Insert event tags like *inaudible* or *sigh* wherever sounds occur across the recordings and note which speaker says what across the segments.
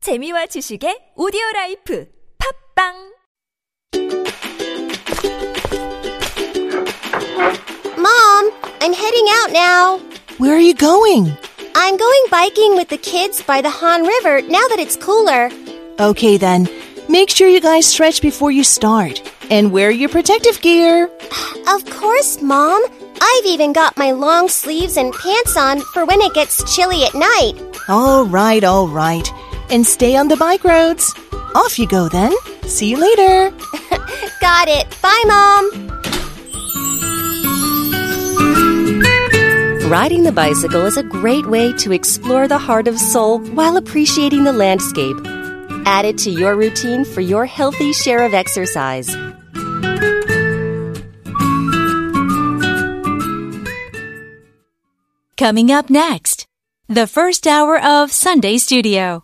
Speaker 1: 재미와 지식의 오디오 라이프 팝빵
Speaker 2: Mom, I'm heading out now.
Speaker 3: Where are you going?
Speaker 2: I'm going biking with the kids by the Han River now that it's cooler.
Speaker 3: Okay, then. Make sure you guys stretch before you start and wear your protective gear.
Speaker 2: Of course, Mom. I've even got my long sleeves and pants on for when it gets chilly at night.
Speaker 3: All right, all right. And stay on the bike roads. Off you go, then. See you later.
Speaker 2: Got it. Bye, Mom.
Speaker 4: Riding the bicycle is a great way to explore the heart of Seoul while appreciating the landscape. Add it to your routine for your healthy share of exercise.
Speaker 5: Coming up next, the first hour of Sunday Studio.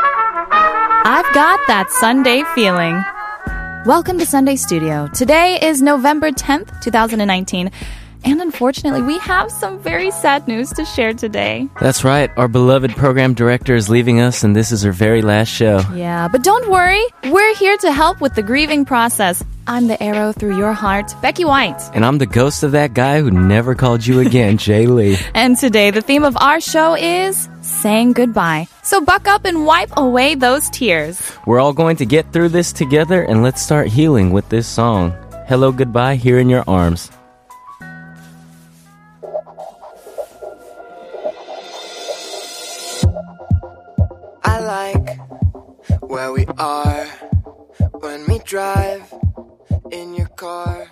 Speaker 5: I've got that Sunday feeling. Welcome to Sunday Studio. Today is November 10th, 2019, and unfortunately, we have some very sad news to share today.
Speaker 6: That's right. Our beloved program director is leaving us, and this is her very last show.
Speaker 5: Yeah, but don't worry. We're here to help with the grieving process. I'm the arrow through your heart, Becky White.
Speaker 6: And I'm the ghost of that guy who never called you again, Jay Lee.
Speaker 5: And today, the theme of our show is saying goodbye. So buck up and wipe away those tears.
Speaker 6: We're all going to get through this together, and let's start healing with this song. Hello, goodbye, here in your arms.
Speaker 7: I like where we are when we drive in your car.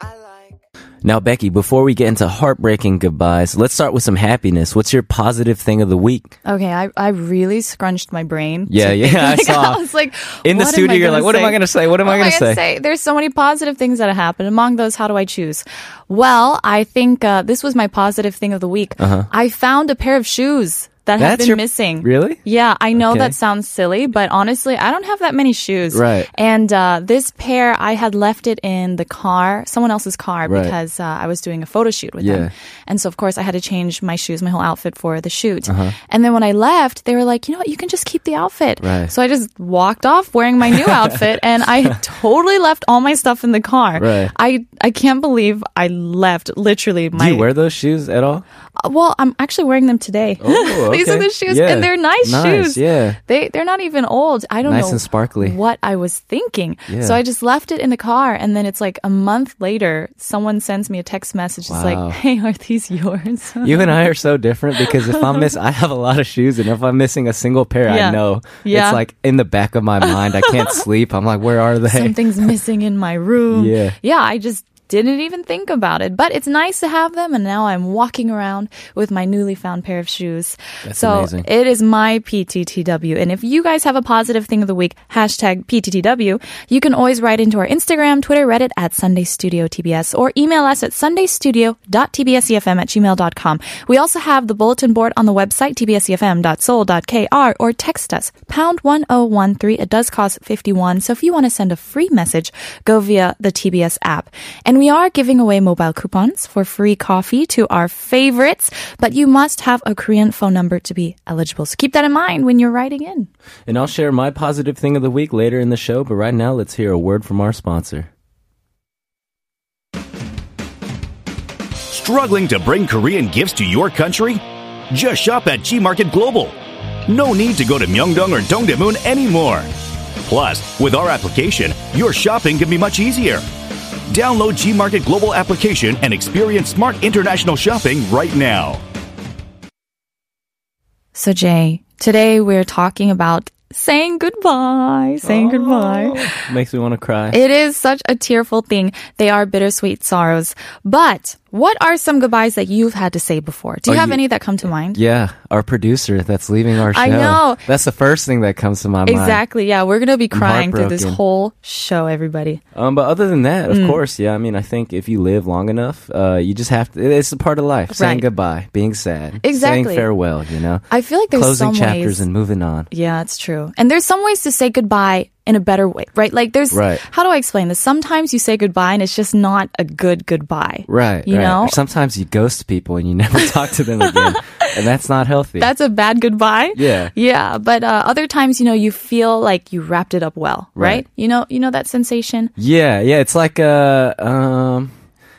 Speaker 7: I like.
Speaker 6: Now, Becky, before we get into heartbreaking goodbyes, let's start with some happiness. What's your positive thing of the week?
Speaker 5: Okay, I, I really scrunched my brain.
Speaker 6: Yeah,
Speaker 5: to
Speaker 6: yeah,
Speaker 5: think. *laughs*
Speaker 6: I
Speaker 5: Like,
Speaker 6: saw.
Speaker 5: I was like,
Speaker 6: In the
Speaker 5: what am
Speaker 6: studio,
Speaker 5: I
Speaker 6: you're
Speaker 5: gonna Oh
Speaker 6: like, what am I gonna say? What am I
Speaker 5: What
Speaker 6: gonna say?
Speaker 5: There's so many positive things that have happened. Among those, how do I choose? Well, I think uh, this was my positive thing of the week. I found a pair of shoes that have
Speaker 6: Uh-huh. That's
Speaker 5: been
Speaker 6: your-
Speaker 5: missing.
Speaker 6: really?
Speaker 5: Yeah, I know
Speaker 6: Okay.
Speaker 5: that sounds silly, but honestly, I don't have that many shoes.
Speaker 6: Right.
Speaker 5: And uh, this pair, I had left it in the car, someone else's car,
Speaker 6: Right.
Speaker 5: because uh, I was doing a photo shoot with them.
Speaker 6: Yeah.
Speaker 5: And so, of course, I had to change my shoes, my whole outfit for the shoot.
Speaker 6: Uh-huh.
Speaker 5: And then when I left, they were like, you know what, you can just keep the outfit.
Speaker 6: Right.
Speaker 5: So I just walked off wearing my
Speaker 6: *laughs*
Speaker 5: new outfit and I had totally left all my stuff in the car.
Speaker 6: Right.
Speaker 5: I, I can't believe I left literally
Speaker 6: Do
Speaker 5: my.
Speaker 6: you wear those shoes
Speaker 5: *laughs*
Speaker 6: at all?
Speaker 5: Uh, Well, I'm actually wearing them today.
Speaker 6: Oh,
Speaker 5: *laughs* These are
Speaker 6: okay.
Speaker 5: the shoes,
Speaker 6: Yeah.
Speaker 5: and they're nice, shoes.
Speaker 6: Nice, yeah.
Speaker 5: they they're not even old. I don't
Speaker 6: Nice
Speaker 5: know
Speaker 6: and sparkly.
Speaker 5: what I was thinking.
Speaker 6: Yeah.
Speaker 5: So I just left it in the car, and then it's like a month later, someone sends me a text message. It's
Speaker 6: Wow.
Speaker 5: like, "Hey, are these yours?"
Speaker 6: You and I are so different because if I
Speaker 5: *laughs*
Speaker 6: miss, I have a lot of shoes, and if I'm missing a single pair,
Speaker 5: Yeah.
Speaker 6: I know
Speaker 5: Yeah.
Speaker 6: it's like in the back of my mind. I
Speaker 5: *laughs*
Speaker 6: can't sleep. I'm like, where are *laughs* they?
Speaker 5: Something's missing in my room.
Speaker 6: Yeah.
Speaker 5: yeah. I just didn't even think about it, but it's nice to have them. And now I'm walking around with my newly found pair of shoes.
Speaker 6: That's
Speaker 5: so
Speaker 6: amazing.
Speaker 5: it is my PTTW. And if you guys have a positive thing of the week, hashtag PTTW, you can always write into our Instagram, Twitter, Reddit at Sunday Studio TBS or email us at sundaystudio.tbsefm E at gmail.com. We also have the bulletin board on the website, tbsefm.soul.kr or text us, pound 1013. It does cost 51. So if you want to send a free message, go via the TBS app. And we are giving away mobile coupons for free coffee to our favorites, but you must have a Korean phone number to be eligible. So keep that in mind when you're writing in.
Speaker 6: And I'll share my positive thing of the week later in the show, but right now let's hear a word from our sponsor.
Speaker 8: Struggling to bring Korean gifts to your country? Just shop at Gmarket Global. No need to go to Myeongdong or Dongdaemun anymore. Plus, with our application, your shopping can be much easier. Download Gmarket Global application and experience smart international shopping right now.
Speaker 5: So, Jay, today we're talking about saying goodbye, saying goodbye.
Speaker 6: Makes me want to cry.
Speaker 5: It is such a tearful thing. They are bittersweet sorrows. But what are some goodbyes that you've had to say before? Do you
Speaker 6: Oh,
Speaker 5: have
Speaker 6: you-
Speaker 5: any that come to mind?
Speaker 6: yeah, our producer that's leaving our show.
Speaker 5: I know.
Speaker 6: That's the first thing that comes to my mind.
Speaker 5: Exactly. Yeah, we're gonna be crying through this whole
Speaker 6: heartbroken.
Speaker 5: show, everybody.
Speaker 6: Um, but other than that, of
Speaker 5: Mm.
Speaker 6: course, yeah. I mean, I think if you live long enough, uh, you just have to. It's a part of life. Saying
Speaker 5: Right.
Speaker 6: goodbye, being sad,
Speaker 5: Exactly.
Speaker 6: saying farewell. You know,
Speaker 5: I feel like there's
Speaker 6: closing
Speaker 5: some
Speaker 6: chapters
Speaker 5: ways.
Speaker 6: and moving on.
Speaker 5: Yeah, it's true. And there's some ways to say goodbye in a better way, right? Like there's,
Speaker 6: Right.
Speaker 5: how do I explain this? Sometimes you say goodbye and it's just not a good goodbye.
Speaker 6: Right.
Speaker 5: You
Speaker 6: right.
Speaker 5: know?
Speaker 6: Or sometimes you ghost people and you never *laughs* talk to them again. and that's not healthy.
Speaker 5: That's a bad goodbye.
Speaker 6: Yeah.
Speaker 5: Yeah. But uh, other times, you know, you feel like you wrapped it up well, right?
Speaker 6: Right.
Speaker 5: You know, you know that sensation?
Speaker 6: yeah, yeah. It's like uh um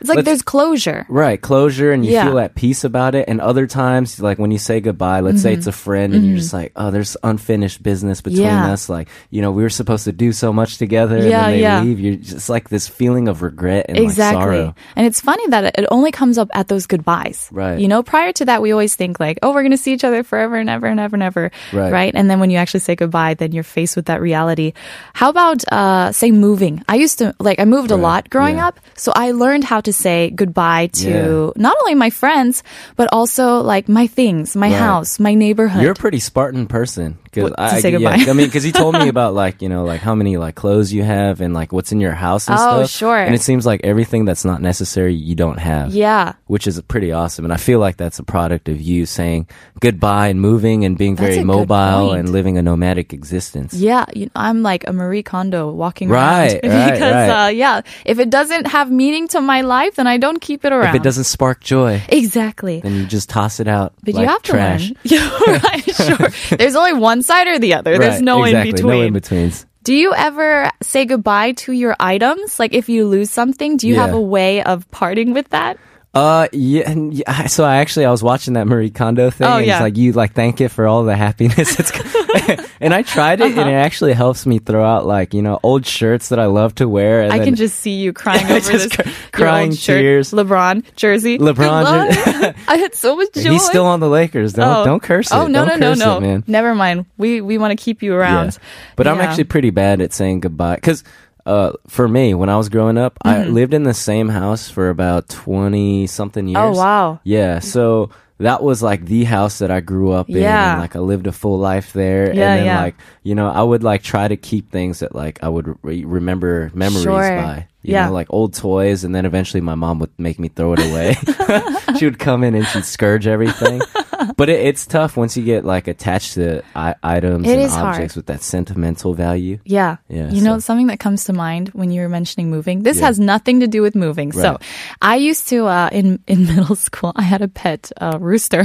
Speaker 5: It's like there's
Speaker 6: Let's-
Speaker 5: closure.
Speaker 6: Right, closure, and you
Speaker 5: Yeah.
Speaker 6: feel at peace about it. And other times, like when you say goodbye, let's say it's a friend, and you're just like, oh, there's unfinished business between
Speaker 5: Mm-hmm. Yeah.
Speaker 6: us. Like, you know, we were supposed to do so much together, and
Speaker 5: Yeah,
Speaker 6: then they
Speaker 5: yeah.
Speaker 6: leave. You're just like this feeling of regret and like
Speaker 5: Exactly.
Speaker 6: sorrow.
Speaker 5: and it's funny that it- it only comes up at those goodbyes.
Speaker 6: Right.
Speaker 5: You know, prior to that, we always think like, oh, we're going to see each other forever and ever and ever and ever.
Speaker 6: Right.
Speaker 5: And then when you actually say goodbye, then you're faced with that reality. How about, uh, say moving? I used to, like, I moved a lot growing
Speaker 6: Yeah.
Speaker 5: up. So I learned how to say goodbye to not only my friends, but also like my things, my
Speaker 6: Right.
Speaker 5: house, my neighborhood.
Speaker 6: You're a pretty Spartan person. Cause
Speaker 5: What, to
Speaker 6: I,
Speaker 5: say
Speaker 6: yeah,
Speaker 5: goodbye.
Speaker 6: I mean, because you told
Speaker 5: *laughs*
Speaker 6: me about like you know like how many like clothes you have and like what's in your house and
Speaker 5: Oh,
Speaker 6: stuff.
Speaker 5: sure.
Speaker 6: And it seems like everything that's not necessary you don't have.
Speaker 5: yeah.
Speaker 6: which is pretty awesome. And I feel like that's a product of you saying goodbye and moving and being
Speaker 5: That's
Speaker 6: very
Speaker 5: a good
Speaker 6: mobile
Speaker 5: point.
Speaker 6: and living a nomadic existence.
Speaker 5: Yeah, you I'm like a Marie Kondo walking
Speaker 6: Right,
Speaker 5: around *laughs*
Speaker 6: right,
Speaker 5: because Uh,
Speaker 6: right.
Speaker 5: yeah, if it doesn't have meaning to my life, then I don't keep it around.
Speaker 6: If it doesn't spark joy,
Speaker 5: exactly.
Speaker 6: then you just toss it out.
Speaker 5: But
Speaker 6: like
Speaker 5: you have *laughs* to
Speaker 6: trash.
Speaker 5: learn. Yeah, right,
Speaker 6: *laughs*
Speaker 5: sure. There's only one side or the other. There's
Speaker 6: Right,
Speaker 5: no
Speaker 6: exactly,
Speaker 5: in between.
Speaker 6: No in betweens.
Speaker 5: do you ever say goodbye to your items? Like if you lose something, do you have
Speaker 6: Yeah.
Speaker 5: a way of parting with that?
Speaker 6: Uh, yeah, and yeah. I- So I actually I was watching that Marie Kondo thing.
Speaker 5: Oh,
Speaker 6: and
Speaker 5: yeah.
Speaker 6: It's like you like thank it for all the happiness.
Speaker 5: *laughs*
Speaker 6: It's, *laughs* and I tried it, and it
Speaker 5: Uh-huh.
Speaker 6: actually helps me throw out like you know old shirts that I love to wear. And
Speaker 5: I
Speaker 6: then
Speaker 5: can just see
Speaker 6: *laughs*
Speaker 5: you crying over this
Speaker 6: Just cr-
Speaker 5: your
Speaker 6: crying
Speaker 5: old shirt,
Speaker 6: tears.
Speaker 5: LeBron jersey.
Speaker 6: LeBron
Speaker 5: I,
Speaker 6: jer-
Speaker 5: love it. *laughs* I had so much joy.
Speaker 6: he's still on the Lakers. Don't don't curse it.
Speaker 5: Oh no
Speaker 6: Don't
Speaker 5: no
Speaker 6: curse
Speaker 5: no no.
Speaker 6: it, man.
Speaker 5: Never mind. We we want to keep you around.
Speaker 6: Yeah. But I'm
Speaker 5: Yeah.
Speaker 6: actually pretty bad at saying goodbye because. Uh, for me, when I was growing up, I
Speaker 5: Mm-hmm.
Speaker 6: lived in the same house for about 20 something years.
Speaker 5: Oh, wow.
Speaker 6: Yeah. So that was like the house that I grew up in.
Speaker 5: Yeah.
Speaker 6: And, like I lived a full life there.
Speaker 5: Yeah,
Speaker 6: and then
Speaker 5: yeah.
Speaker 6: like, you know, I would like try to keep things that like I would re- remember memories
Speaker 5: Sure.
Speaker 6: by. You
Speaker 5: Yeah.
Speaker 6: know, like old toys. And then eventually my mom would make me throw it away. *laughs* she would come in and she'd scourge
Speaker 5: *laughs*
Speaker 6: everything. but it, it's tough once you get like attached to I- items
Speaker 5: It
Speaker 6: and
Speaker 5: is hard.
Speaker 6: objects with that sentimental value.
Speaker 5: Yeah.
Speaker 6: Yeah,
Speaker 5: You know,
Speaker 6: so-
Speaker 5: something that comes to mind when you were mentioning moving, this
Speaker 6: Yeah.
Speaker 5: has nothing to do with moving. So
Speaker 6: Right.
Speaker 5: I used to, uh, in, in *laughs* middle school, I had a pet uh,
Speaker 6: *laughs*
Speaker 5: rooster. *laughs*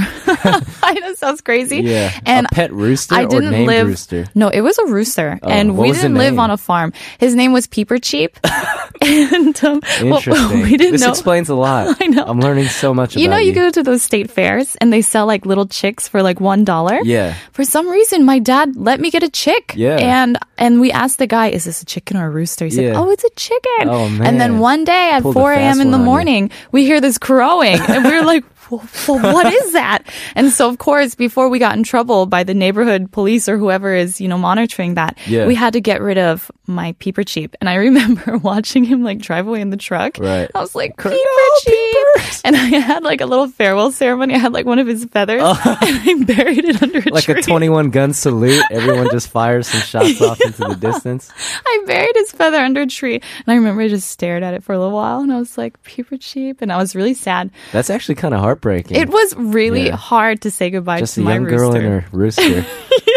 Speaker 5: I know it sounds crazy.
Speaker 6: Yeah,
Speaker 5: And
Speaker 6: a pet rooster
Speaker 5: I
Speaker 6: or
Speaker 5: didn't
Speaker 6: named
Speaker 5: live.
Speaker 6: rooster.
Speaker 5: No, it was a rooster.
Speaker 6: Oh,
Speaker 5: and
Speaker 6: what
Speaker 5: we
Speaker 6: was the
Speaker 5: didn't live
Speaker 6: name?
Speaker 5: on a farm. His name was Peeper
Speaker 6: *laughs*
Speaker 5: Cheep. *laughs* and um, well, *laughs* *laughs*
Speaker 6: Interesting.
Speaker 5: we didn't
Speaker 6: this
Speaker 5: know.
Speaker 6: explains a lot.
Speaker 5: *laughs* I know.
Speaker 6: I'm learning so much.
Speaker 5: you
Speaker 6: about
Speaker 5: know,
Speaker 6: you
Speaker 5: you go to those state fairs and they sell like little chicks for like one dollar. *laughs*
Speaker 6: Yeah.
Speaker 5: For some reason, my dad let me get a chick.
Speaker 6: Yeah.
Speaker 5: And and we asked the guy, "Is this a chicken or a rooster?" He said,
Speaker 6: Yeah.
Speaker 5: "Oh, it's a chicken."
Speaker 6: Oh,
Speaker 5: And then
Speaker 6: man.
Speaker 5: one day at
Speaker 6: Pulled a
Speaker 5: four a.m.
Speaker 6: fast
Speaker 5: in the
Speaker 6: one on you.
Speaker 5: morning, we hear this crowing, and we're like. *laughs* "Well, well, what is that? And so, of course, before we got in trouble by the neighborhood police or whoever is, you know, monitoring that,
Speaker 6: Yeah.
Speaker 5: we had to get rid of my peeper cheap. And I remember *laughs* watching him like drive away in the truck.
Speaker 6: Right.
Speaker 5: I was like, peeper cheap. And I had like a little farewell ceremony. I had like one of his feathers
Speaker 6: Oh.
Speaker 5: *laughs* and I buried it under a
Speaker 6: *laughs* like
Speaker 5: tree.
Speaker 6: a 21 gun salute. Everyone just fires some
Speaker 5: *laughs*
Speaker 6: shots off into the distance.
Speaker 5: I buried his feather under a tree. And I remember I just stared at it for a little while and I was like, peeper cheap. And I was really sad.
Speaker 6: That's actually kind of heartbreaking.
Speaker 5: It was really
Speaker 6: Yeah.
Speaker 5: hard to say goodbye
Speaker 6: just
Speaker 5: to
Speaker 6: a
Speaker 5: my
Speaker 6: young
Speaker 5: rooster.
Speaker 6: girl and her
Speaker 5: *laughs*
Speaker 6: rooster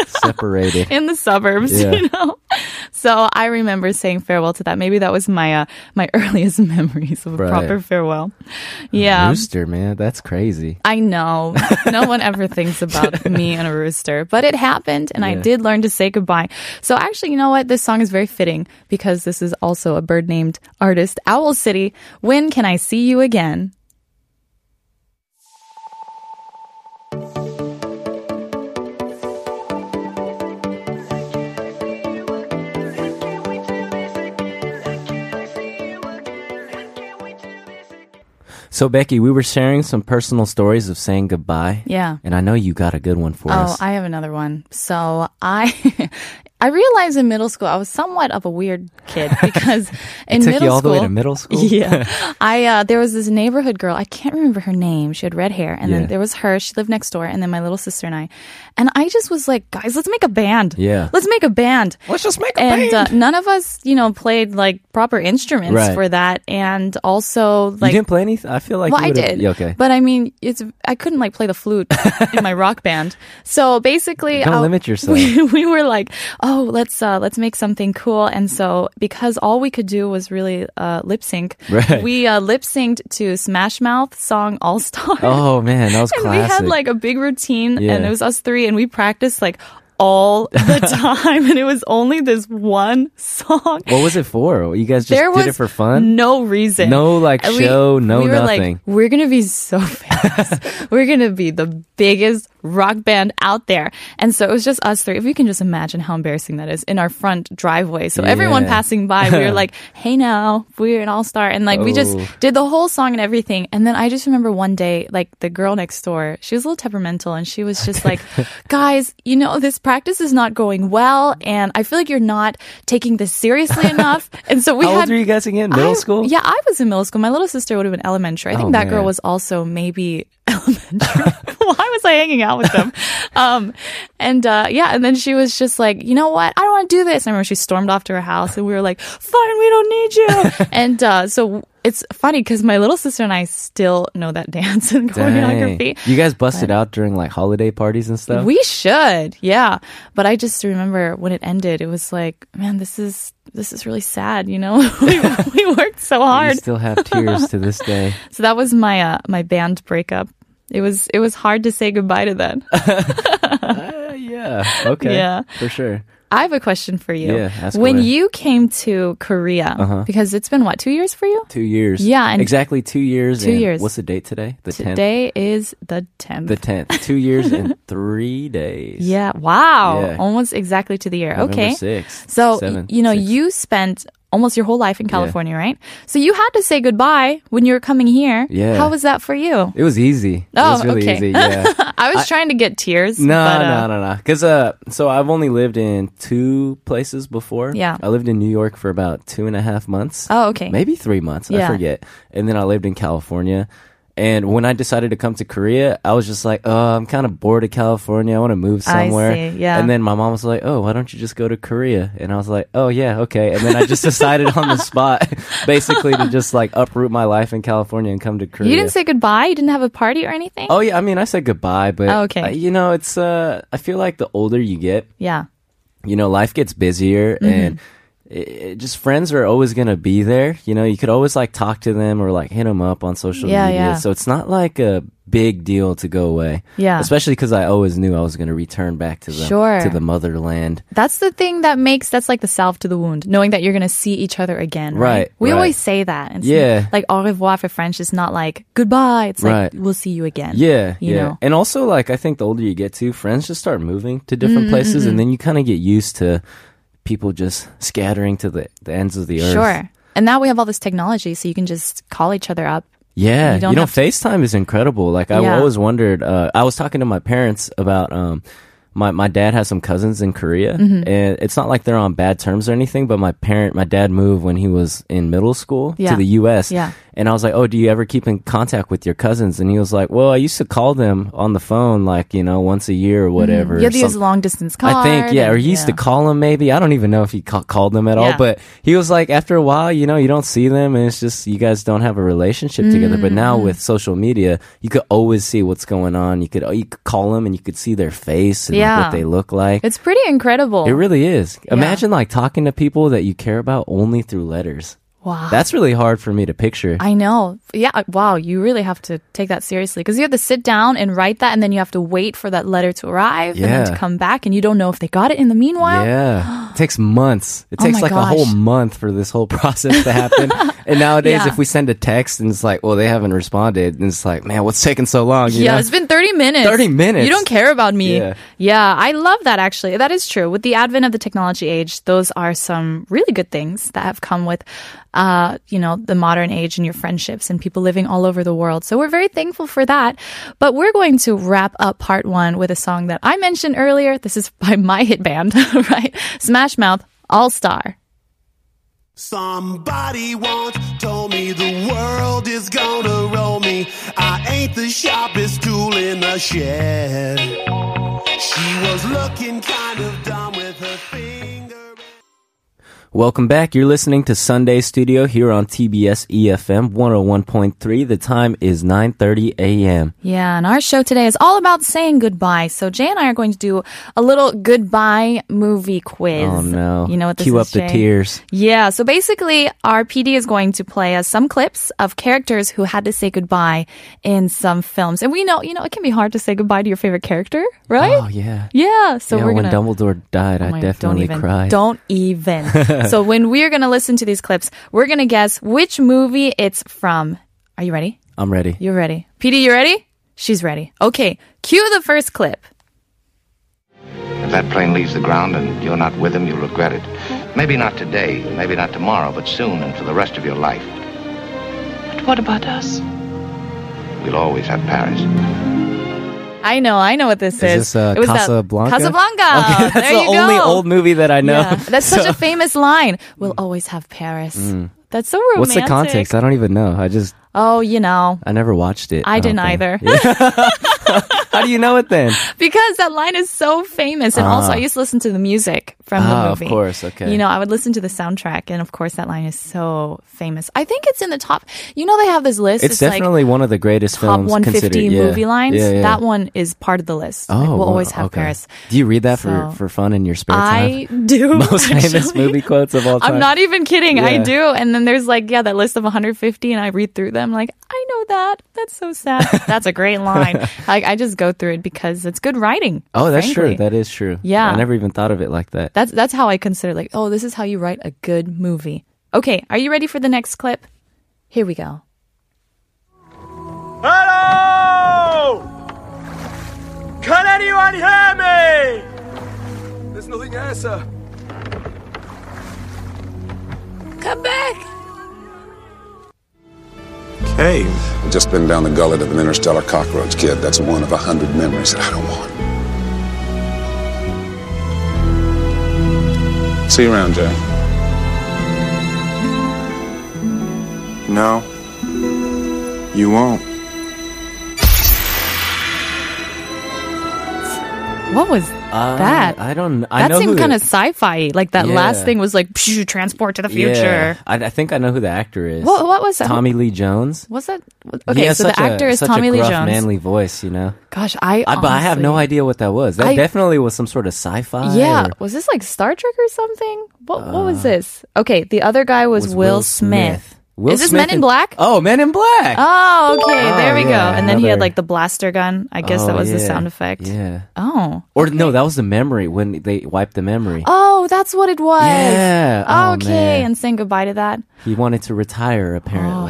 Speaker 6: separated.
Speaker 5: in the suburbs, *laughs*
Speaker 6: Yeah.
Speaker 5: you know. So I remember saying farewell to that. Maybe that was my uh, my *laughs* earliest memories of a
Speaker 6: Right.
Speaker 5: proper farewell. Yeah.
Speaker 6: Rooster, man, that's crazy.
Speaker 5: I know.
Speaker 6: *laughs*
Speaker 5: No one ever thinks about me and a rooster, but it happened and I
Speaker 6: Yeah.
Speaker 5: did learn to say goodbye. So actually, you know what? This song is very fitting because this is also a bird named artist, Owl City. When can I see you again?
Speaker 6: So Becky, we were sharing some personal stories of saying goodbye.
Speaker 5: Yeah.
Speaker 6: And I know you got a good one for
Speaker 5: Oh,
Speaker 6: us.
Speaker 5: I have another one. So I, *laughs* I realized in middle school I was somewhat of a weird kid
Speaker 6: *laughs*
Speaker 5: because in
Speaker 6: Took
Speaker 5: middle
Speaker 6: you all
Speaker 5: school,
Speaker 6: the way to middle school.
Speaker 5: *laughs*
Speaker 6: *laughs*
Speaker 5: yeah, I uh, there was this neighborhood girl. I can't remember her name. She had red hair, and then
Speaker 6: Yeah.
Speaker 5: there was her. She lived next door, and then my little sister and I. And I just was like, guys, let's make a band.
Speaker 6: Yeah.
Speaker 5: let's make a band.
Speaker 6: Let's just make a
Speaker 5: and
Speaker 6: band.
Speaker 5: Uh, none of us, you know, played like proper instruments
Speaker 6: Right.
Speaker 5: for that, and also like
Speaker 6: you didn't play anything. I feel like
Speaker 5: well,
Speaker 6: you
Speaker 5: I
Speaker 6: would've-
Speaker 5: did.
Speaker 6: Yeah, okay.
Speaker 5: but I mean, it's I couldn't like play the flute in my rock band. So basically,
Speaker 6: Don't
Speaker 5: I- *laughs*
Speaker 6: limit yourself.
Speaker 5: We, we were like, oh, "Oh, let's uh, let's make something cool." And so because all we could do was really uh, lip sync,
Speaker 6: Right.
Speaker 5: we uh, lip synced to Smash Mouth song All Star.
Speaker 6: Oh man, that
Speaker 5: *laughs*
Speaker 6: was
Speaker 5: and we
Speaker 6: classic.
Speaker 5: had like a big routine, and
Speaker 6: Yeah.
Speaker 5: it was us three, and we practiced like all
Speaker 6: *laughs*
Speaker 5: the time, and it was only this one song.
Speaker 6: what was it for? You guys just
Speaker 5: there
Speaker 6: did
Speaker 5: was
Speaker 6: it for fun?
Speaker 5: No reason.
Speaker 6: No, like,
Speaker 5: And
Speaker 6: show, no
Speaker 5: we were
Speaker 6: nothing.
Speaker 5: Like, we're gonna be so *laughs* famous. we're gonna be the biggest rock band out there. And so it was just us three. If you can just imagine how embarrassing that is in our front driveway. So everyone
Speaker 6: Yeah.
Speaker 5: passing by, we were
Speaker 6: *laughs*
Speaker 5: like, "Hey, now we're an all star," and like we just
Speaker 6: Oh.
Speaker 5: did the whole song and everything. And then I just remember one day, like the girl next door, she was a little temperamental, and she was
Speaker 6: *laughs*
Speaker 5: just like, "Guys, you know this practice is not going well, and I feel like you're not taking this
Speaker 6: *laughs*
Speaker 5: seriously enough." And so we had
Speaker 6: How old were you guys again? Middle
Speaker 5: I-
Speaker 6: school?
Speaker 5: Yeah, I was in middle school. My little sister would have been elementary. I think
Speaker 6: Oh,
Speaker 5: that girl
Speaker 6: man.
Speaker 5: was also maybe *laughs* elementary. *laughs* Why was I hanging out with them?
Speaker 6: *laughs*
Speaker 5: um, and uh, yeah, and then she was just like, you know what? I don't want to do this. I remember she stormed off to her house, and we were like, fine, we don't need you.
Speaker 6: *laughs*
Speaker 5: and uh, so it's funny because my little sister and I still know that *laughs* dance and
Speaker 6: Dang.
Speaker 5: choreography.
Speaker 6: You guys busted out during like holiday parties and stuff?
Speaker 5: We should, yeah. But I just remember when it ended, it was like, man, this is this is really sad. You know, *laughs* we, we worked so
Speaker 6: You
Speaker 5: hard.
Speaker 6: still have tears to this
Speaker 5: *laughs*
Speaker 6: day.
Speaker 5: So that was my uh, my band breakup. It was it was hard to say goodbye to
Speaker 6: *laughs*
Speaker 5: that.
Speaker 6: Uh, yeah. Okay.
Speaker 5: Yeah.
Speaker 6: For sure.
Speaker 5: I have a question for you.
Speaker 6: Yeah, ask
Speaker 5: when
Speaker 6: away. Uh-huh.
Speaker 5: you came to Korea, because it's been what two years for you?
Speaker 6: Two years.
Speaker 5: Yeah, and-
Speaker 6: exactly two years.
Speaker 5: Two
Speaker 6: and
Speaker 5: years.
Speaker 6: What's the date today? The tenth.
Speaker 5: Today is the tenth.
Speaker 6: The tenth. Two
Speaker 5: *laughs*
Speaker 6: years and three days.
Speaker 5: yeah. Wow.
Speaker 6: Yeah.
Speaker 5: Almost exactly to the year.
Speaker 6: November
Speaker 5: okay.
Speaker 6: sixth,
Speaker 5: so
Speaker 6: seventh,
Speaker 5: you know
Speaker 6: sixth.
Speaker 5: you spent almost your whole life in California, right? So you had to say goodbye when you were coming here.
Speaker 6: Yeah.
Speaker 5: How was that for you?
Speaker 6: It was easy. it
Speaker 5: Oh,
Speaker 6: was really
Speaker 5: okay. *laughs*
Speaker 6: easy. Yeah.
Speaker 5: I was trying to get tears.
Speaker 6: No,
Speaker 5: but, uh,
Speaker 6: no, no, no. Because uh, so I've only lived in two places before.
Speaker 5: Yeah.
Speaker 6: I lived in New York for about two and a half months.
Speaker 5: Oh, okay.
Speaker 6: Maybe three months.
Speaker 5: Yeah.
Speaker 6: I forget. And then I lived in California. And when I decided to come to Korea, I was just like, "Oh, I'm kind of bored of California. I want to move
Speaker 5: I
Speaker 6: somewhere."
Speaker 5: see, yeah.
Speaker 6: And then my mom was like, "Oh, why don't you just go to Korea?" And I was like, "Oh yeah, okay." And then I just *laughs* decided on the spot, *laughs* basically, to just like uproot my life in California and come to Korea.
Speaker 5: You didn't say goodbye. You didn't have a party or anything.
Speaker 6: Oh yeah, I mean, I said goodbye, but
Speaker 5: Oh, okay.
Speaker 6: uh, you know, it's uh, I feel like the older you get,
Speaker 5: Yeah.
Speaker 6: you know, life gets busier
Speaker 5: Mm-hmm.
Speaker 6: and. It, it- just friends are always gonna be there. You know, you could always like talk to them or like hit them up on social
Speaker 5: Yeah,
Speaker 6: media.
Speaker 5: yeah.
Speaker 6: So it's not like a big deal to go away.
Speaker 5: Yeah.
Speaker 6: especially because I always knew I was gonna return back to the
Speaker 5: Sure.
Speaker 6: to the motherland.
Speaker 5: That's the thing that makes that's like the salve to the wound, knowing that you're going to see each other again. Right.
Speaker 6: Right,
Speaker 5: We
Speaker 6: right.
Speaker 5: always say that. And
Speaker 6: Yeah.
Speaker 5: Like au revoir for French is not like goodbye. It's like
Speaker 6: Right.
Speaker 5: we'll see you again.
Speaker 6: Yeah,
Speaker 5: You
Speaker 6: yeah.
Speaker 5: know.
Speaker 6: And also, like, I think the older you get to, friends just start moving to different
Speaker 5: Mm-hmm,
Speaker 6: places, and then you kind of get used to people just scattering to the, the ends of the earth.
Speaker 5: Sure. And now we have all this technology, so you can just call each other up. You
Speaker 6: Yeah, you,
Speaker 5: don't
Speaker 6: know,
Speaker 5: have to-
Speaker 6: FaceTime is incredible. Like I
Speaker 5: Yeah.
Speaker 6: always wondered. Uh, I was talking to my parents about um, my my dad has some cousins in Korea,
Speaker 5: Mm-hmm.
Speaker 6: and it's not like they're on bad terms or anything. But my parent, my dad moved when he was in middle school
Speaker 5: Yeah.
Speaker 6: to the U.S.
Speaker 5: Yeah.
Speaker 6: and I was like, "Oh, do you ever keep in contact with your cousins?" And he was like, "Well, I used to call them on the phone, like you know, once a year or
Speaker 5: Mm-hmm.
Speaker 6: whatever."
Speaker 5: You have to use
Speaker 6: some-
Speaker 5: long distance card.
Speaker 6: I think, yeah, or
Speaker 5: and-
Speaker 6: he used to call them maybe. I don't even know if he ca- called them at
Speaker 5: Yeah.
Speaker 6: all, but he was like, after a while, you know, you don't see them and it's just, you guys don't have a relationship together. But now
Speaker 5: Mm.
Speaker 6: with social media, you could always see what's going on. You could, you could call them and you could see their face and like,
Speaker 5: Yeah.
Speaker 6: what they look like.
Speaker 5: It's pretty incredible.
Speaker 6: it really is. Imagine like talking to people that you care about only through letters.
Speaker 5: Wow.
Speaker 6: That's really hard for me to picture.
Speaker 5: I know. Yeah. I- Wow. You really have to take that seriously because you have to sit down and write that, and then you have to wait for that letter to arrive and then to
Speaker 6: Yeah.
Speaker 5: come back, and you don't know if they got it in the meanwhile.
Speaker 6: Yeah. It takes months.
Speaker 5: *gasps*
Speaker 6: It
Speaker 5: Oh
Speaker 6: takes
Speaker 5: my
Speaker 6: like a whole
Speaker 5: gosh.
Speaker 6: month for this whole *laughs* process
Speaker 5: *laughs*
Speaker 6: to happen. and nowadays,
Speaker 5: Yeah.
Speaker 6: if we send a text and it's like, well, they haven't responded, and it's like, man, what's taking so long? you
Speaker 5: yeah,
Speaker 6: know?
Speaker 5: it's been 30 minutes.
Speaker 6: 30 minutes.
Speaker 5: You don't care about me.
Speaker 6: Yeah.
Speaker 5: Yeah, I love that actually. That is true. With the advent of the technology age, those are some really good things that have come with, uh, you know, the modern age and your friendships and people living all over the world. So we're very thankful for that. But we're going to wrap up part one with a song that I mentioned earlier. This is by *laughs* my hit band, right? Smash Mouth All Star.
Speaker 9: Somebody once told me the world is gonna roll me. I ain't the sharpest tool in the shed. She was looking kind of dumb with her finger.
Speaker 6: Welcome back. You're listening to Sunday Studio here on TBS EFM 101.3. The time is 9:30 a.m.
Speaker 5: Yeah, and our show today is all about saying goodbye. So Jay and I are going to do a little goodbye movie quiz.
Speaker 6: Oh no.
Speaker 5: You know what this
Speaker 6: Cue
Speaker 5: is,
Speaker 6: up the
Speaker 5: Jay?
Speaker 6: tears.
Speaker 5: Yeah, so basically our PD is going to play us some clips of characters who had to say goodbye in some films. And we know, you know, it can be hard to say goodbye to your favorite character, right?
Speaker 6: Oh yeah.
Speaker 5: Yeah, so
Speaker 6: yeah,
Speaker 5: we're
Speaker 6: when
Speaker 5: gonna
Speaker 6: Dumbledore died,
Speaker 5: Oh
Speaker 6: I
Speaker 5: my-
Speaker 6: definitely
Speaker 5: don't even,
Speaker 6: cried.
Speaker 5: Don't even.
Speaker 6: *laughs*
Speaker 5: so when we're gonna listen to these clips, we're gonna guess which movie it's from. Are you ready?
Speaker 6: I'm ready.
Speaker 5: You're ready. PD, you ready? She's ready. Okay, cue the first clip.
Speaker 10: If that plane leaves the ground and you're not with him, you'll regret it. Maybe not today, maybe not tomorrow, but soon and for the rest of your life.
Speaker 11: But what about us?
Speaker 10: We'll always have Paris.
Speaker 5: I know, I know what this is.
Speaker 6: Is this uh,
Speaker 5: It was that-
Speaker 6: Casablanca?
Speaker 5: Casablanca.
Speaker 6: Okay, *laughs* that's
Speaker 5: there
Speaker 6: the
Speaker 5: you go.
Speaker 6: only old movie that I know.
Speaker 5: Yeah, that's such
Speaker 6: *laughs* So- Mm.
Speaker 5: a famous line. We'll always have Paris. That's so romantic.
Speaker 6: What's the context? I don't even know. I just
Speaker 5: Oh, you know,
Speaker 6: I never watched it.
Speaker 5: I
Speaker 6: don't
Speaker 5: didn't
Speaker 6: think.
Speaker 5: either. *laughs*
Speaker 6: *laughs* How do you know it then?
Speaker 5: because that line is so famous. And also, I used to listen to the music from the
Speaker 6: Ah, of
Speaker 5: movie.
Speaker 6: course, okay.
Speaker 5: You know, I would listen to the soundtrack, and of course, that line is so famous. I think it's in the top. You know, they have this list.
Speaker 6: It's, definitely
Speaker 5: like
Speaker 6: one of the greatest
Speaker 5: top
Speaker 6: films
Speaker 5: 150
Speaker 6: considered. yeah.
Speaker 5: movie lines.
Speaker 6: Yeah, yeah.
Speaker 5: That one is part of the list. Like, we'll
Speaker 6: wow,
Speaker 5: always have
Speaker 6: okay.
Speaker 5: Paris.
Speaker 6: Do you read that
Speaker 5: So-
Speaker 6: for, for fun in your spare
Speaker 5: I
Speaker 6: time? *laughs*
Speaker 5: do.
Speaker 6: Most famous
Speaker 5: actually. *laughs*
Speaker 6: movie quotes of all time.
Speaker 5: I'm not even kidding. I
Speaker 6: Yeah.
Speaker 5: do. And then there's like, yeah, that list of 150, and I read through them. Like, I know that. That's so sad.
Speaker 6: *laughs*
Speaker 5: That's a great line. like, I just go through it because it's good writing.
Speaker 6: Oh, that's
Speaker 5: frankly.
Speaker 6: true. That is true.
Speaker 5: Yeah.
Speaker 6: I never even thought of it like that.
Speaker 5: that's that's how I consider. Like, oh, this is how you write a good movie. Okay, are you ready for the next clip? Here we go.
Speaker 9: Hello! Can anyone hear me? There's nothing here, sir.
Speaker 11: Come back!
Speaker 9: Cave.
Speaker 12: I've just been down the gullet of an interstellar cockroach, kid. That's one of a hundred memories that I don't want. See you around, Jack.
Speaker 9: No. You won't.
Speaker 5: What was
Speaker 6: Uh,
Speaker 5: that?
Speaker 6: I don't. I
Speaker 5: that
Speaker 6: know
Speaker 5: seemed
Speaker 6: who
Speaker 5: kind
Speaker 6: the-
Speaker 5: of sci-fi. Like that
Speaker 6: Yeah.
Speaker 5: last thing was like psh, transport to the future.
Speaker 6: Yeah. I, I think I know who the actor is.
Speaker 5: What what was that?
Speaker 6: Tommy Lee Jones.
Speaker 5: What's that?
Speaker 6: He
Speaker 5: Okay,
Speaker 6: has
Speaker 5: so the
Speaker 6: such
Speaker 5: actor
Speaker 6: a,
Speaker 5: is
Speaker 6: such
Speaker 5: Tommy
Speaker 6: a
Speaker 5: Lee
Speaker 6: gruff,
Speaker 5: Jones.
Speaker 6: manly voice, you know.
Speaker 5: Gosh, I,
Speaker 6: I, but I have no
Speaker 5: honestly-
Speaker 6: idea what that was. That
Speaker 5: I-
Speaker 6: definitely was some sort of sci-fi.
Speaker 5: Yeah,
Speaker 6: or-
Speaker 5: was this like Star Trek or something? What what was this? Okay, the other guy was, Will Smith.
Speaker 6: Will
Speaker 5: Is this
Speaker 6: Uh, Smith
Speaker 5: Men in Black?
Speaker 6: Oh, Men in Black.
Speaker 5: Oh, okay,
Speaker 6: Oh,
Speaker 5: there we go.
Speaker 6: yeah,
Speaker 5: And then he had
Speaker 6: another-
Speaker 5: like the blaster gun. I guess that
Speaker 6: Oh,
Speaker 5: was the
Speaker 6: yeah.
Speaker 5: sound effect.
Speaker 6: Yeah.
Speaker 5: Oh.
Speaker 6: Or no, that was the memory when they wiped the memory.
Speaker 5: Oh, that's what it was.
Speaker 6: Yeah. Oh,
Speaker 5: okay, and
Speaker 6: man.
Speaker 5: saying goodbye to that.
Speaker 6: He wanted to retire apparently.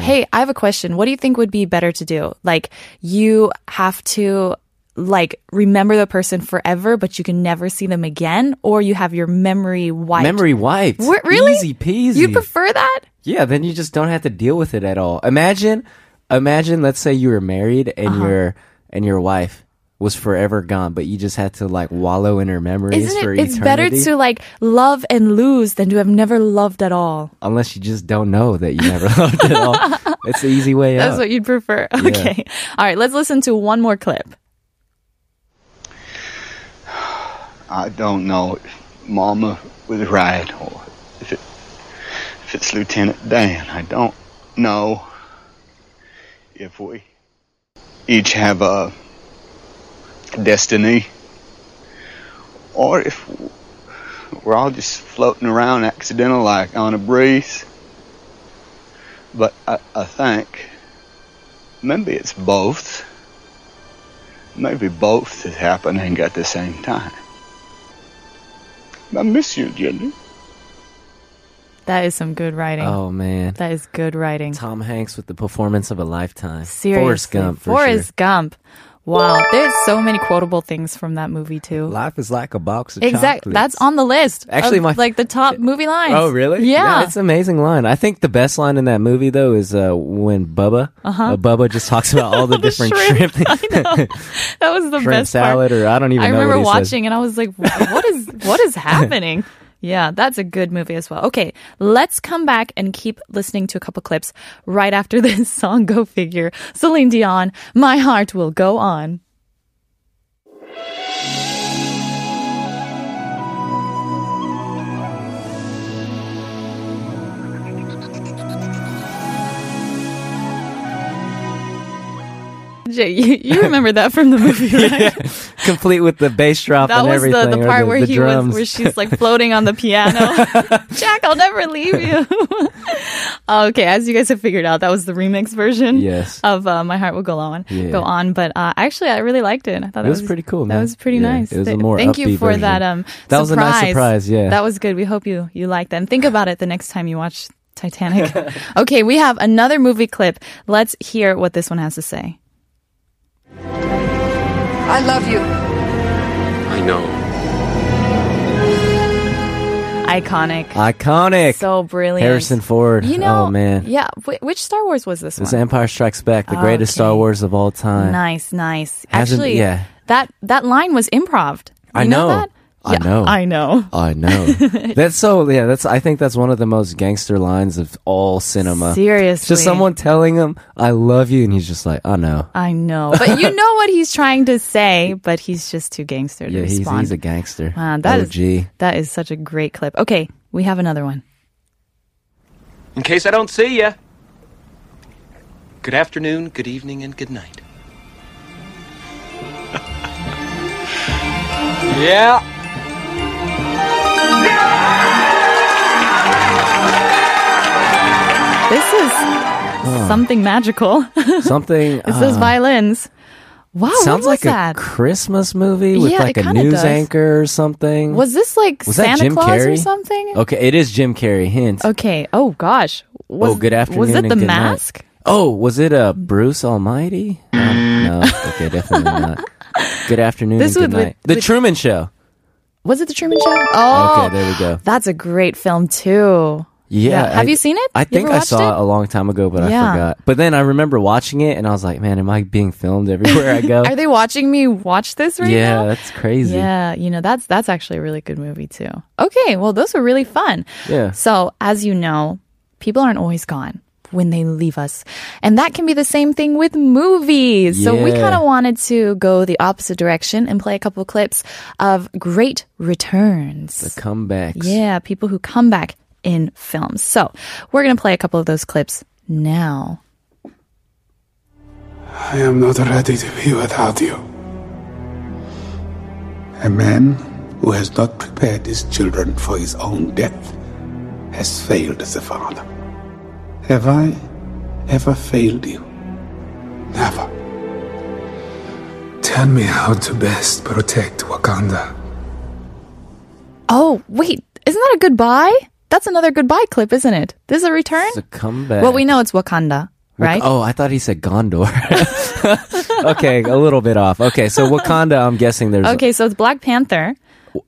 Speaker 5: Oh, hey, I have a question. What do you think would be better to do? Like, you have to like remember the person forever, but you can never see them again, or you have your memory wiped.
Speaker 6: Memory wiped.
Speaker 5: Wh- really?
Speaker 6: Easy peasy.
Speaker 5: You prefer that?
Speaker 6: yeah, then you just don't have to deal with it at all. Imagine, imagine, let's say you were married and
Speaker 5: Uh-huh.
Speaker 6: your and your wife was forever gone, but you just had to like wallow in her memories
Speaker 5: Isn't
Speaker 6: for
Speaker 5: it? It's better
Speaker 6: eternity.
Speaker 5: to like love and lose than to have never loved at all.
Speaker 6: Unless you just don't know that you never *laughs* loved
Speaker 5: *laughs*
Speaker 6: at all. It's the easy way
Speaker 5: That's
Speaker 6: out.
Speaker 5: what you'd prefer. *laughs* Okay. All right. Let's listen to one more clip.
Speaker 10: I don't know if Mama was right or if, it, if it's Lieutenant Dan. I don't know if we each have a destiny or if we're all just floating around accidental like on a breeze. But I, I think maybe it's both. Maybe both is happening at the same time. I miss you, Jenny.
Speaker 5: That is some good writing.
Speaker 6: oh man.
Speaker 5: That is good writing.
Speaker 6: Tom Hanks with the performance of a lifetime.
Speaker 5: Seriously.
Speaker 6: Forrest Gump. For
Speaker 5: Forrest
Speaker 6: sure.
Speaker 5: Gump. Wow. There's so many quotable things from that movie too.
Speaker 6: Life is like a box of
Speaker 5: Exactly.
Speaker 6: chocolates.
Speaker 5: That's on the list.
Speaker 6: Actually,
Speaker 5: of,
Speaker 6: my-
Speaker 5: like the
Speaker 6: *laughs*
Speaker 5: top movie lines.
Speaker 6: Oh really?
Speaker 5: Yeah.
Speaker 6: it's an amazing line. I think the best line in that movie though is uh, when Bubba, uh-huh. Bubba just talks about
Speaker 5: *laughs*
Speaker 6: all the, different shrimp,
Speaker 5: that was the
Speaker 6: shrimp
Speaker 5: best part.
Speaker 6: salad, or I don't even
Speaker 5: I
Speaker 6: know.
Speaker 5: remember
Speaker 6: what he says.
Speaker 5: watching and I was like, what is what is happening?
Speaker 6: *laughs*
Speaker 5: Yeah, that's a good movie as well. Okay, let's come back and keep listening to a couple clips right after *laughs* this song. Go figure. Celine Dion, My Heart Will Go On. Jay, you,
Speaker 6: *laughs*
Speaker 5: you remember that from the movie, right?
Speaker 6: *laughs* complete with the bass drop
Speaker 5: That
Speaker 6: and
Speaker 5: was
Speaker 6: everything.
Speaker 5: the, the
Speaker 6: or
Speaker 5: part where
Speaker 6: the
Speaker 5: he
Speaker 6: drums.
Speaker 5: was, where she's like floating on the
Speaker 6: *laughs*
Speaker 5: piano. Jack, I'll never leave you. *laughs* okay, as you guys have figured out, that was the remix version
Speaker 6: Yes.
Speaker 5: of uh, "My Heart Will Go On."
Speaker 6: Yeah.
Speaker 5: Go on, but uh, actually, I really liked it. I thought
Speaker 6: It
Speaker 5: that
Speaker 6: was pretty cool, man.
Speaker 5: That was pretty
Speaker 6: Yeah,
Speaker 5: nice.
Speaker 6: it was a
Speaker 5: Th-
Speaker 6: more
Speaker 5: Thank you
Speaker 6: upbeat
Speaker 5: for
Speaker 6: version.
Speaker 5: that. Um,
Speaker 6: That was a nice surprise, yeah.
Speaker 5: that was good. We hope you you liked that. And think about it the next time you watch
Speaker 6: *laughs*
Speaker 5: Titanic. okay, we have another movie clip. Let's hear what this one has to say.
Speaker 11: I love you.
Speaker 13: I know.
Speaker 5: Iconic.
Speaker 6: Iconic.
Speaker 5: So brilliant.
Speaker 6: Harrison Ford.
Speaker 5: You know,
Speaker 6: oh man.
Speaker 5: Yeah, wh- which Star Wars was this
Speaker 6: This
Speaker 5: one?
Speaker 6: Empire Strikes Back, the greatest
Speaker 5: Okay.
Speaker 6: Star Wars of all time.
Speaker 5: Nice, nice.
Speaker 6: Hasn't-
Speaker 5: Actually,
Speaker 6: yeah.
Speaker 5: that that line was improv.
Speaker 6: I
Speaker 5: You know,
Speaker 6: know.
Speaker 5: that?
Speaker 6: I know.
Speaker 5: I know. *laughs*
Speaker 6: I know. that's so yeah, that's I think that's one of the most gangster lines of all cinema. It's
Speaker 5: Seriously.
Speaker 6: Just someone telling him, I love you, and he's just like, I know.
Speaker 5: I know. But you know what he's trying to say, but he's just too gangster to
Speaker 6: *laughs* Yeah, he's,
Speaker 5: respond.
Speaker 6: he's a gangster.
Speaker 5: Wow, that is-
Speaker 6: OG. G.
Speaker 5: that is such a great clip. Okay, we have another one.
Speaker 14: In case I don't see ya. Good afternoon, good evening, and good night. yeah.
Speaker 5: This is something magical. *laughs*
Speaker 6: Something
Speaker 5: it's those
Speaker 6: uh,
Speaker 5: violins. Wow,
Speaker 6: Sounds
Speaker 5: what Oh, was
Speaker 6: like
Speaker 5: that?
Speaker 6: a Christmas movie with
Speaker 5: Yeah,
Speaker 6: like
Speaker 5: it
Speaker 6: a
Speaker 5: kinda
Speaker 6: news
Speaker 5: does.
Speaker 6: anchor or something.
Speaker 5: Was this like
Speaker 6: Was that
Speaker 5: Santa
Speaker 6: Jim
Speaker 5: Claus or
Speaker 6: Carrey? Oh.
Speaker 5: something?
Speaker 6: Okay, it is Jim Carrey. Hint.
Speaker 5: Okay. Oh gosh. Was,
Speaker 6: oh, good afternoon.
Speaker 5: Was it
Speaker 6: and
Speaker 5: the
Speaker 6: good night.
Speaker 5: mask?
Speaker 6: Oh, was it uh, Bruce Almighty? No, no. Okay, definitely not.
Speaker 5: *laughs*
Speaker 6: Good afternoon.
Speaker 5: This
Speaker 6: and good
Speaker 5: would- would-
Speaker 6: night. the
Speaker 5: would-
Speaker 6: Truman Show.
Speaker 5: Was it the Truman Show? Oh,
Speaker 6: okay, Oh. there we go.
Speaker 5: that's a great film too.
Speaker 6: Yeah.
Speaker 5: Have you seen it?
Speaker 6: I
Speaker 5: You
Speaker 6: think
Speaker 5: ever
Speaker 6: I
Speaker 5: watched
Speaker 6: saw
Speaker 5: it?
Speaker 6: it a long time ago, but
Speaker 5: Yeah.
Speaker 6: I forgot. But then I remember watching it, and I was like, man, am I being filmed everywhere I go?
Speaker 5: *laughs* Are they watching me watch this right
Speaker 6: yeah,
Speaker 5: now?
Speaker 6: that's crazy.
Speaker 5: Yeah, you know that's that's actually a really good movie too. Okay, well those were really fun.
Speaker 6: Yeah.
Speaker 5: So as you know, people aren't always gone when they leave us, and that can be the same thing with movies. So we
Speaker 15: Yeah.
Speaker 5: kind of wanted to go the opposite direction and play a couple clips of great returns.
Speaker 6: The comebacks.
Speaker 5: Yeah, people who come back in films. So we're gonna play a couple of those clips now.
Speaker 16: I am not ready to be without you. A man who has not prepared his children for his own death has failed as a father. Have I ever failed you? Never. Tell me how to best protect Wakanda.
Speaker 5: Oh wait, isn't that a goodbye? That's another goodbye clip, isn't it? This is a return.
Speaker 6: It's a comeback.
Speaker 5: Well, we know it's Wakanda,
Speaker 6: Wak-
Speaker 5: right?
Speaker 6: Oh, I thought he said Gondor. *laughs* okay, a little bit off. Okay, so Wakanda, I'm guessing there's.
Speaker 5: okay, so it's Black Panther.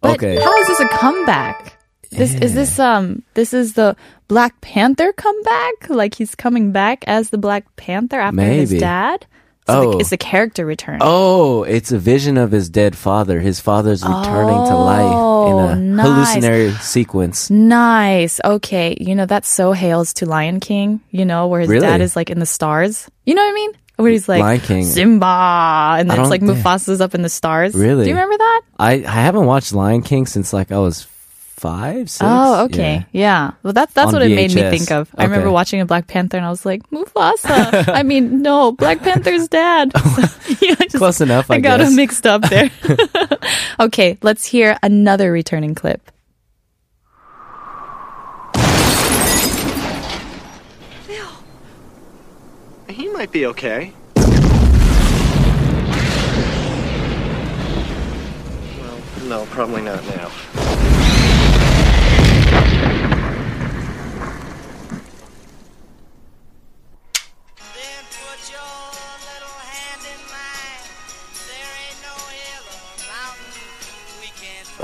Speaker 5: But
Speaker 6: okay.
Speaker 5: how is this a comeback? This is this um this is the Black Panther comeback? Like he's coming back as the Black Panther after his
Speaker 6: Maybe.
Speaker 5: dad? So the,
Speaker 6: Oh.
Speaker 5: it's the character return.
Speaker 6: Oh, it's a vision of his dead father. His father's returning to life in a
Speaker 5: Oh, nice.
Speaker 6: hallucinatory sequence.
Speaker 5: Nice. Okay. You know, that so hails to Lion King, you know, where his
Speaker 6: Really?
Speaker 5: dad is like in the stars. You know what I mean? Where he's like
Speaker 6: Lion King.
Speaker 5: Simba and
Speaker 6: I
Speaker 5: then it's
Speaker 6: don't
Speaker 5: like
Speaker 6: think-
Speaker 5: Mufasa's up in the stars.
Speaker 6: Really?
Speaker 5: Do you remember that?
Speaker 6: I, I haven't watched Lion King since like I was five, six.
Speaker 5: Oh, okay. Yeah. Well, that's that's
Speaker 6: On
Speaker 5: what it made me
Speaker 6: VHS.
Speaker 5: think of. I
Speaker 6: Okay.
Speaker 5: remember watching a Black Panther and I was like,
Speaker 6: *laughs*
Speaker 5: Mufasa. I mean, no, Black Panther's *laughs* dad.
Speaker 6: Close enough, I,
Speaker 5: I got
Speaker 6: guess.
Speaker 5: him mixed up
Speaker 6: *laughs*
Speaker 5: there. *laughs* okay, let's hear another returning clip.
Speaker 17: He might be okay. Well, no, probably not now.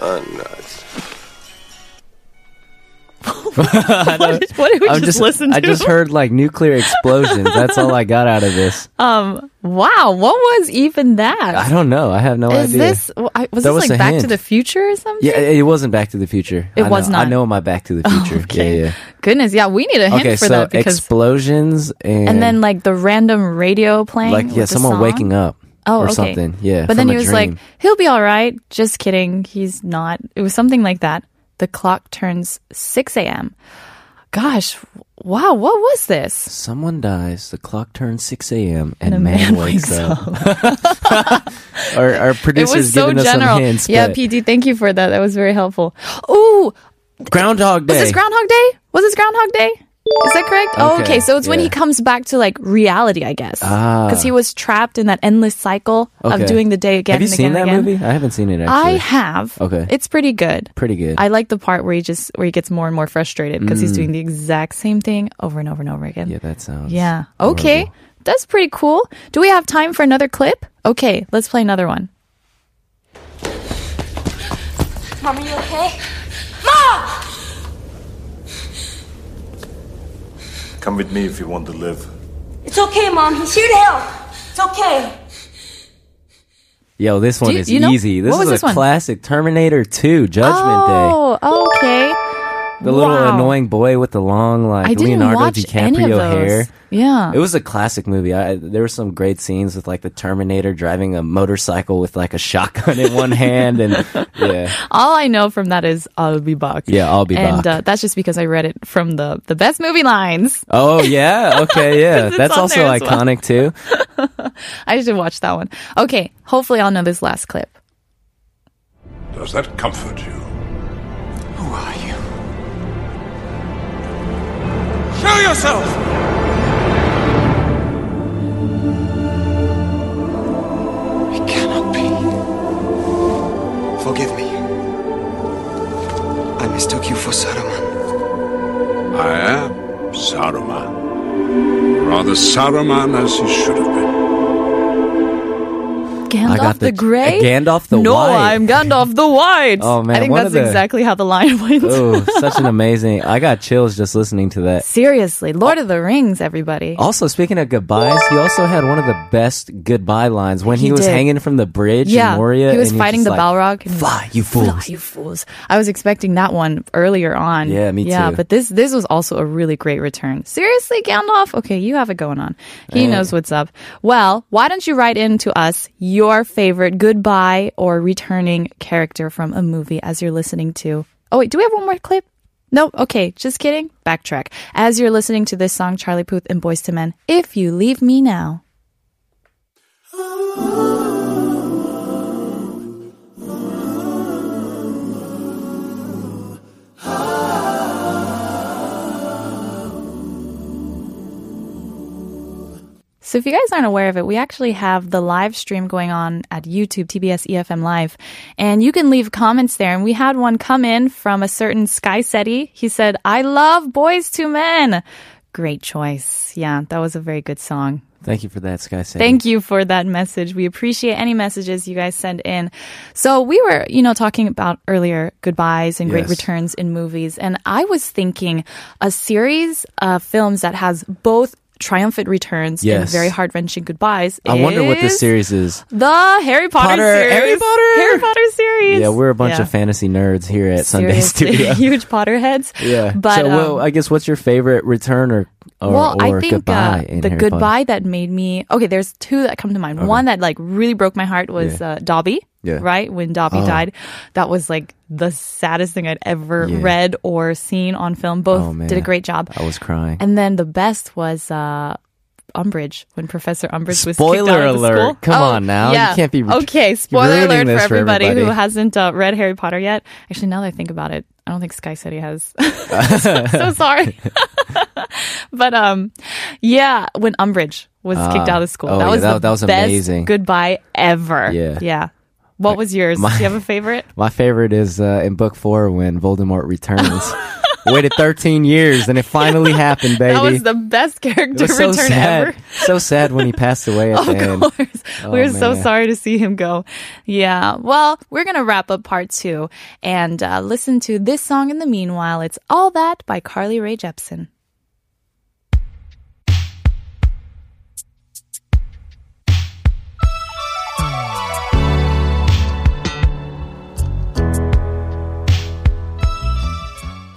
Speaker 17: I'm nuts.
Speaker 6: I know.
Speaker 5: did- what did we
Speaker 6: I'm
Speaker 5: just listen
Speaker 6: I
Speaker 5: to?
Speaker 6: just heard like nuclear explosions. That's all I got out
Speaker 5: *laughs*
Speaker 6: of this.
Speaker 5: Um, wow, what was even that?
Speaker 6: I don't know. I have no
Speaker 5: Is
Speaker 6: idea.
Speaker 5: this I- was
Speaker 6: That
Speaker 5: this
Speaker 6: was
Speaker 5: like
Speaker 6: a
Speaker 5: Back to
Speaker 6: hint.
Speaker 5: the Future or something?
Speaker 6: Yeah, it it wasn't Back to the Future.
Speaker 5: It
Speaker 6: I
Speaker 5: was
Speaker 6: know-
Speaker 5: not. Oh,
Speaker 6: I know my Back
Speaker 5: *laughs*
Speaker 6: to the Future. Yeah, yeah.
Speaker 5: Goodness, yeah, we need a hint
Speaker 6: okay,
Speaker 5: for
Speaker 6: so
Speaker 5: that because
Speaker 6: explosions and,
Speaker 5: and then like the random radio playing
Speaker 6: like yeah,
Speaker 5: with the
Speaker 6: someone
Speaker 5: song.
Speaker 6: waking up
Speaker 5: Oh,
Speaker 6: or
Speaker 5: okay.
Speaker 6: something. Yeah,
Speaker 5: But then
Speaker 6: from
Speaker 5: he
Speaker 6: a
Speaker 5: was
Speaker 6: dream.
Speaker 5: like, he'll be all right. Just kidding. He's not. It was something like that. The clock turns 6 a.m. gosh, wow, what was this?
Speaker 6: Someone dies, the clock turns 6 a.m., and, man, wakes, up. *laughs* our, our
Speaker 5: *laughs*
Speaker 6: producer's
Speaker 5: it was so
Speaker 6: giving us
Speaker 5: general.
Speaker 6: some hints.
Speaker 5: yeah,
Speaker 6: but
Speaker 5: PD, thank you for that. That was very helpful. Ooh,
Speaker 6: Groundhog Day.
Speaker 5: was this Groundhog Day? Was this Groundhog Day? Is that correct? Oh,
Speaker 6: Okay,
Speaker 5: okay, so it's when
Speaker 6: yeah.
Speaker 5: he comes back to like reality, I guess,
Speaker 6: Ah.
Speaker 5: because he was trapped in that endless cycle
Speaker 6: Okay.
Speaker 5: of doing the day again.
Speaker 6: Have you
Speaker 5: and
Speaker 6: seen
Speaker 5: again
Speaker 6: that
Speaker 5: and again.
Speaker 6: movie? I haven't seen it.
Speaker 5: I
Speaker 6: Actually,
Speaker 5: have.
Speaker 6: Okay.
Speaker 5: It's pretty good.
Speaker 6: pretty good.
Speaker 5: I like the part where he just where he gets more and more frustrated because he's
Speaker 6: Mm.
Speaker 5: doing the exact same thing over and over and over again.
Speaker 6: yeah, that sounds.
Speaker 5: Yeah. Okay. That's pretty cool. Do we have time for another clip? Okay, let's play another one.
Speaker 11: Mom, are you okay? Mom!
Speaker 15: Come with me if you want to live.
Speaker 11: It's okay, Mom. He's here to help. It's okay.
Speaker 6: Yo, this one
Speaker 5: you-
Speaker 6: is
Speaker 5: you know-
Speaker 6: easy. This
Speaker 5: what was
Speaker 6: is a
Speaker 5: this one?
Speaker 6: classic Terminator 2 Judgment Day.
Speaker 5: oh, okay.
Speaker 6: The little
Speaker 5: wow.
Speaker 6: annoying boy with the long, like
Speaker 5: I didn't
Speaker 6: Leonardo
Speaker 5: watch
Speaker 6: DiCaprio
Speaker 5: any of those.
Speaker 6: hair.
Speaker 5: Yeah.
Speaker 6: It was a classic movie. I, there were some great scenes with like the Terminator driving a motorcycle with like a shotgun in one hand,
Speaker 5: *laughs*
Speaker 6: and yeah,
Speaker 5: All I know from that is I'll be back.
Speaker 6: yeah, I'll be
Speaker 5: and
Speaker 6: back.
Speaker 5: uh, that's just because I read it from the the best movie lines.
Speaker 6: oh yeah,
Speaker 5: *laughs*
Speaker 6: okay, yeah,
Speaker 5: 'Cause it's
Speaker 6: that's
Speaker 5: on
Speaker 6: also
Speaker 5: there as well.
Speaker 6: iconic too.
Speaker 5: I should watch that one. Okay, hopefully I'll know this last clip.
Speaker 15: Does that comfort you? Who are you?
Speaker 9: Show yourself!
Speaker 7: It cannot be. Forgive me. I mistook you for Saruman.
Speaker 15: I am Saruman. Rather Saruman as he should have been.
Speaker 5: Gandalf
Speaker 6: got
Speaker 5: the,
Speaker 6: the-
Speaker 5: Grey.
Speaker 6: Gandalf the
Speaker 5: no,
Speaker 6: White.
Speaker 5: I'm Gandalf the White.
Speaker 6: Oh, man,
Speaker 5: I think
Speaker 6: one
Speaker 5: that's
Speaker 6: of the-
Speaker 5: exactly how the line *laughs* went.
Speaker 6: Oh, such an amazing! I got chills just listening to
Speaker 5: *laughs*
Speaker 6: that.
Speaker 5: Seriously, Lord
Speaker 6: Oh.
Speaker 5: of the Rings, everybody.
Speaker 6: Also, speaking of goodbyes, he also had one of the best goodbye lines when he,
Speaker 5: He
Speaker 6: was
Speaker 5: did.
Speaker 6: hanging from the bridge
Speaker 5: yeah,
Speaker 6: in Moria.
Speaker 5: he was
Speaker 6: and
Speaker 5: fighting the
Speaker 6: just like,
Speaker 5: Balrog. and-
Speaker 6: Fly, you fools!
Speaker 5: Fly, you fools! I was expecting that one earlier on.
Speaker 6: Yeah, me
Speaker 5: Yeah,
Speaker 6: too.
Speaker 5: but this this was also a really great return. Seriously, Gandalf. Okay, you have it going on. He
Speaker 6: Eh.
Speaker 5: knows what's up. Well, why don't you write in to us your favorite goodbye or returning character from a movie as you're listening to? Oh wait, do we have one more clip? No, okay, just kidding. Backtrack. As you're listening to this song, Charlie Puth and Boys to Men, if you leave me now. So if you guys aren't aware of it, we actually have the live stream going on at YouTube, TBS EFM E Live, and you can leave comments there. And we had one come in from a certain Sky Seti. He said, I love Boys to Men. Great choice. Yeah, that was a very good song.
Speaker 6: Thank you for that, Sky. Sadie.
Speaker 5: Thank you for that message. We appreciate any messages you guys send in. So we were, you know, talking about earlier goodbyes and great
Speaker 6: Yes.
Speaker 5: returns in movies, and I was thinking a series of films that has both triumphant returns and
Speaker 6: Yes.
Speaker 5: very hard wrenching goodbyes.
Speaker 6: I wonder what this
Speaker 5: is
Speaker 6: series is.
Speaker 5: The Harry Potter,
Speaker 6: Potter,
Speaker 5: series.
Speaker 6: Harry Potter!
Speaker 5: Harry Potter series.
Speaker 6: Yeah, we're a bunch
Speaker 5: Yeah.
Speaker 6: of fantasy nerds here at Sunday
Speaker 5: Seriously,
Speaker 6: *laughs*
Speaker 5: *laughs*
Speaker 6: Studio.
Speaker 5: huge Potterheads.
Speaker 6: yeah.
Speaker 5: *laughs* but
Speaker 6: so, well,
Speaker 5: um,
Speaker 6: I guess what's your favorite return or or,
Speaker 5: well,
Speaker 6: or
Speaker 5: I think
Speaker 6: goodbye
Speaker 5: uh,
Speaker 6: in
Speaker 5: the
Speaker 6: Harry Potter?
Speaker 5: goodbye that made me okay. There's two that come to mind.
Speaker 6: Okay.
Speaker 5: One that like really broke my heart was uh, Dobby.
Speaker 6: Yeah.
Speaker 5: Right when Dobby
Speaker 6: Oh.
Speaker 5: died, that was like the saddest thing I'd ever
Speaker 6: Yeah.
Speaker 5: read or seen on film. Both
Speaker 6: Oh, man.
Speaker 5: did a great job.
Speaker 6: I was crying.
Speaker 5: And then the best was uh, Umbridge when Professor Umbridge was kicked
Speaker 6: Spoiler
Speaker 5: out of the
Speaker 6: alert.
Speaker 5: school. Oh,
Speaker 6: Come on now. You
Speaker 5: yeah.
Speaker 6: can't be ru-
Speaker 5: okay. Spoiler alert for
Speaker 6: ruining this for
Speaker 5: everybody, who
Speaker 6: everybody.
Speaker 5: hasn't uh, read Harry Potter yet. Actually, now that I think about it, I don't think Sky City has. *laughs*
Speaker 6: *laughs*
Speaker 5: so sorry. *laughs* but um, yeah, when Umbridge was kicked
Speaker 6: Ah.
Speaker 5: out of school,
Speaker 6: Oh,
Speaker 5: that,
Speaker 6: yeah,
Speaker 5: was
Speaker 6: that-
Speaker 5: the
Speaker 6: that was
Speaker 5: best
Speaker 6: amazing.
Speaker 5: goodbye ever.
Speaker 6: Yeah.
Speaker 5: yeah. What was yours?
Speaker 6: my-
Speaker 5: Do you have a favorite?
Speaker 6: My favorite is uh, in book four when Voldemort
Speaker 5: *laughs*
Speaker 6: returns. Waited 13 years and it finally happened, baby.
Speaker 5: That was the best
Speaker 6: It
Speaker 5: character
Speaker 6: was so
Speaker 5: return
Speaker 6: sad.
Speaker 5: ever.
Speaker 6: So sad when he passed away at the
Speaker 5: *laughs* Oh, Of
Speaker 6: end.
Speaker 5: course. we
Speaker 6: Oh,
Speaker 5: were so
Speaker 6: man.
Speaker 5: sorry to see him go. Yeah. Well, we're going to wrap up part two and uh, listen to this song in the meanwhile. It's All That by Carly Rae Jepsen.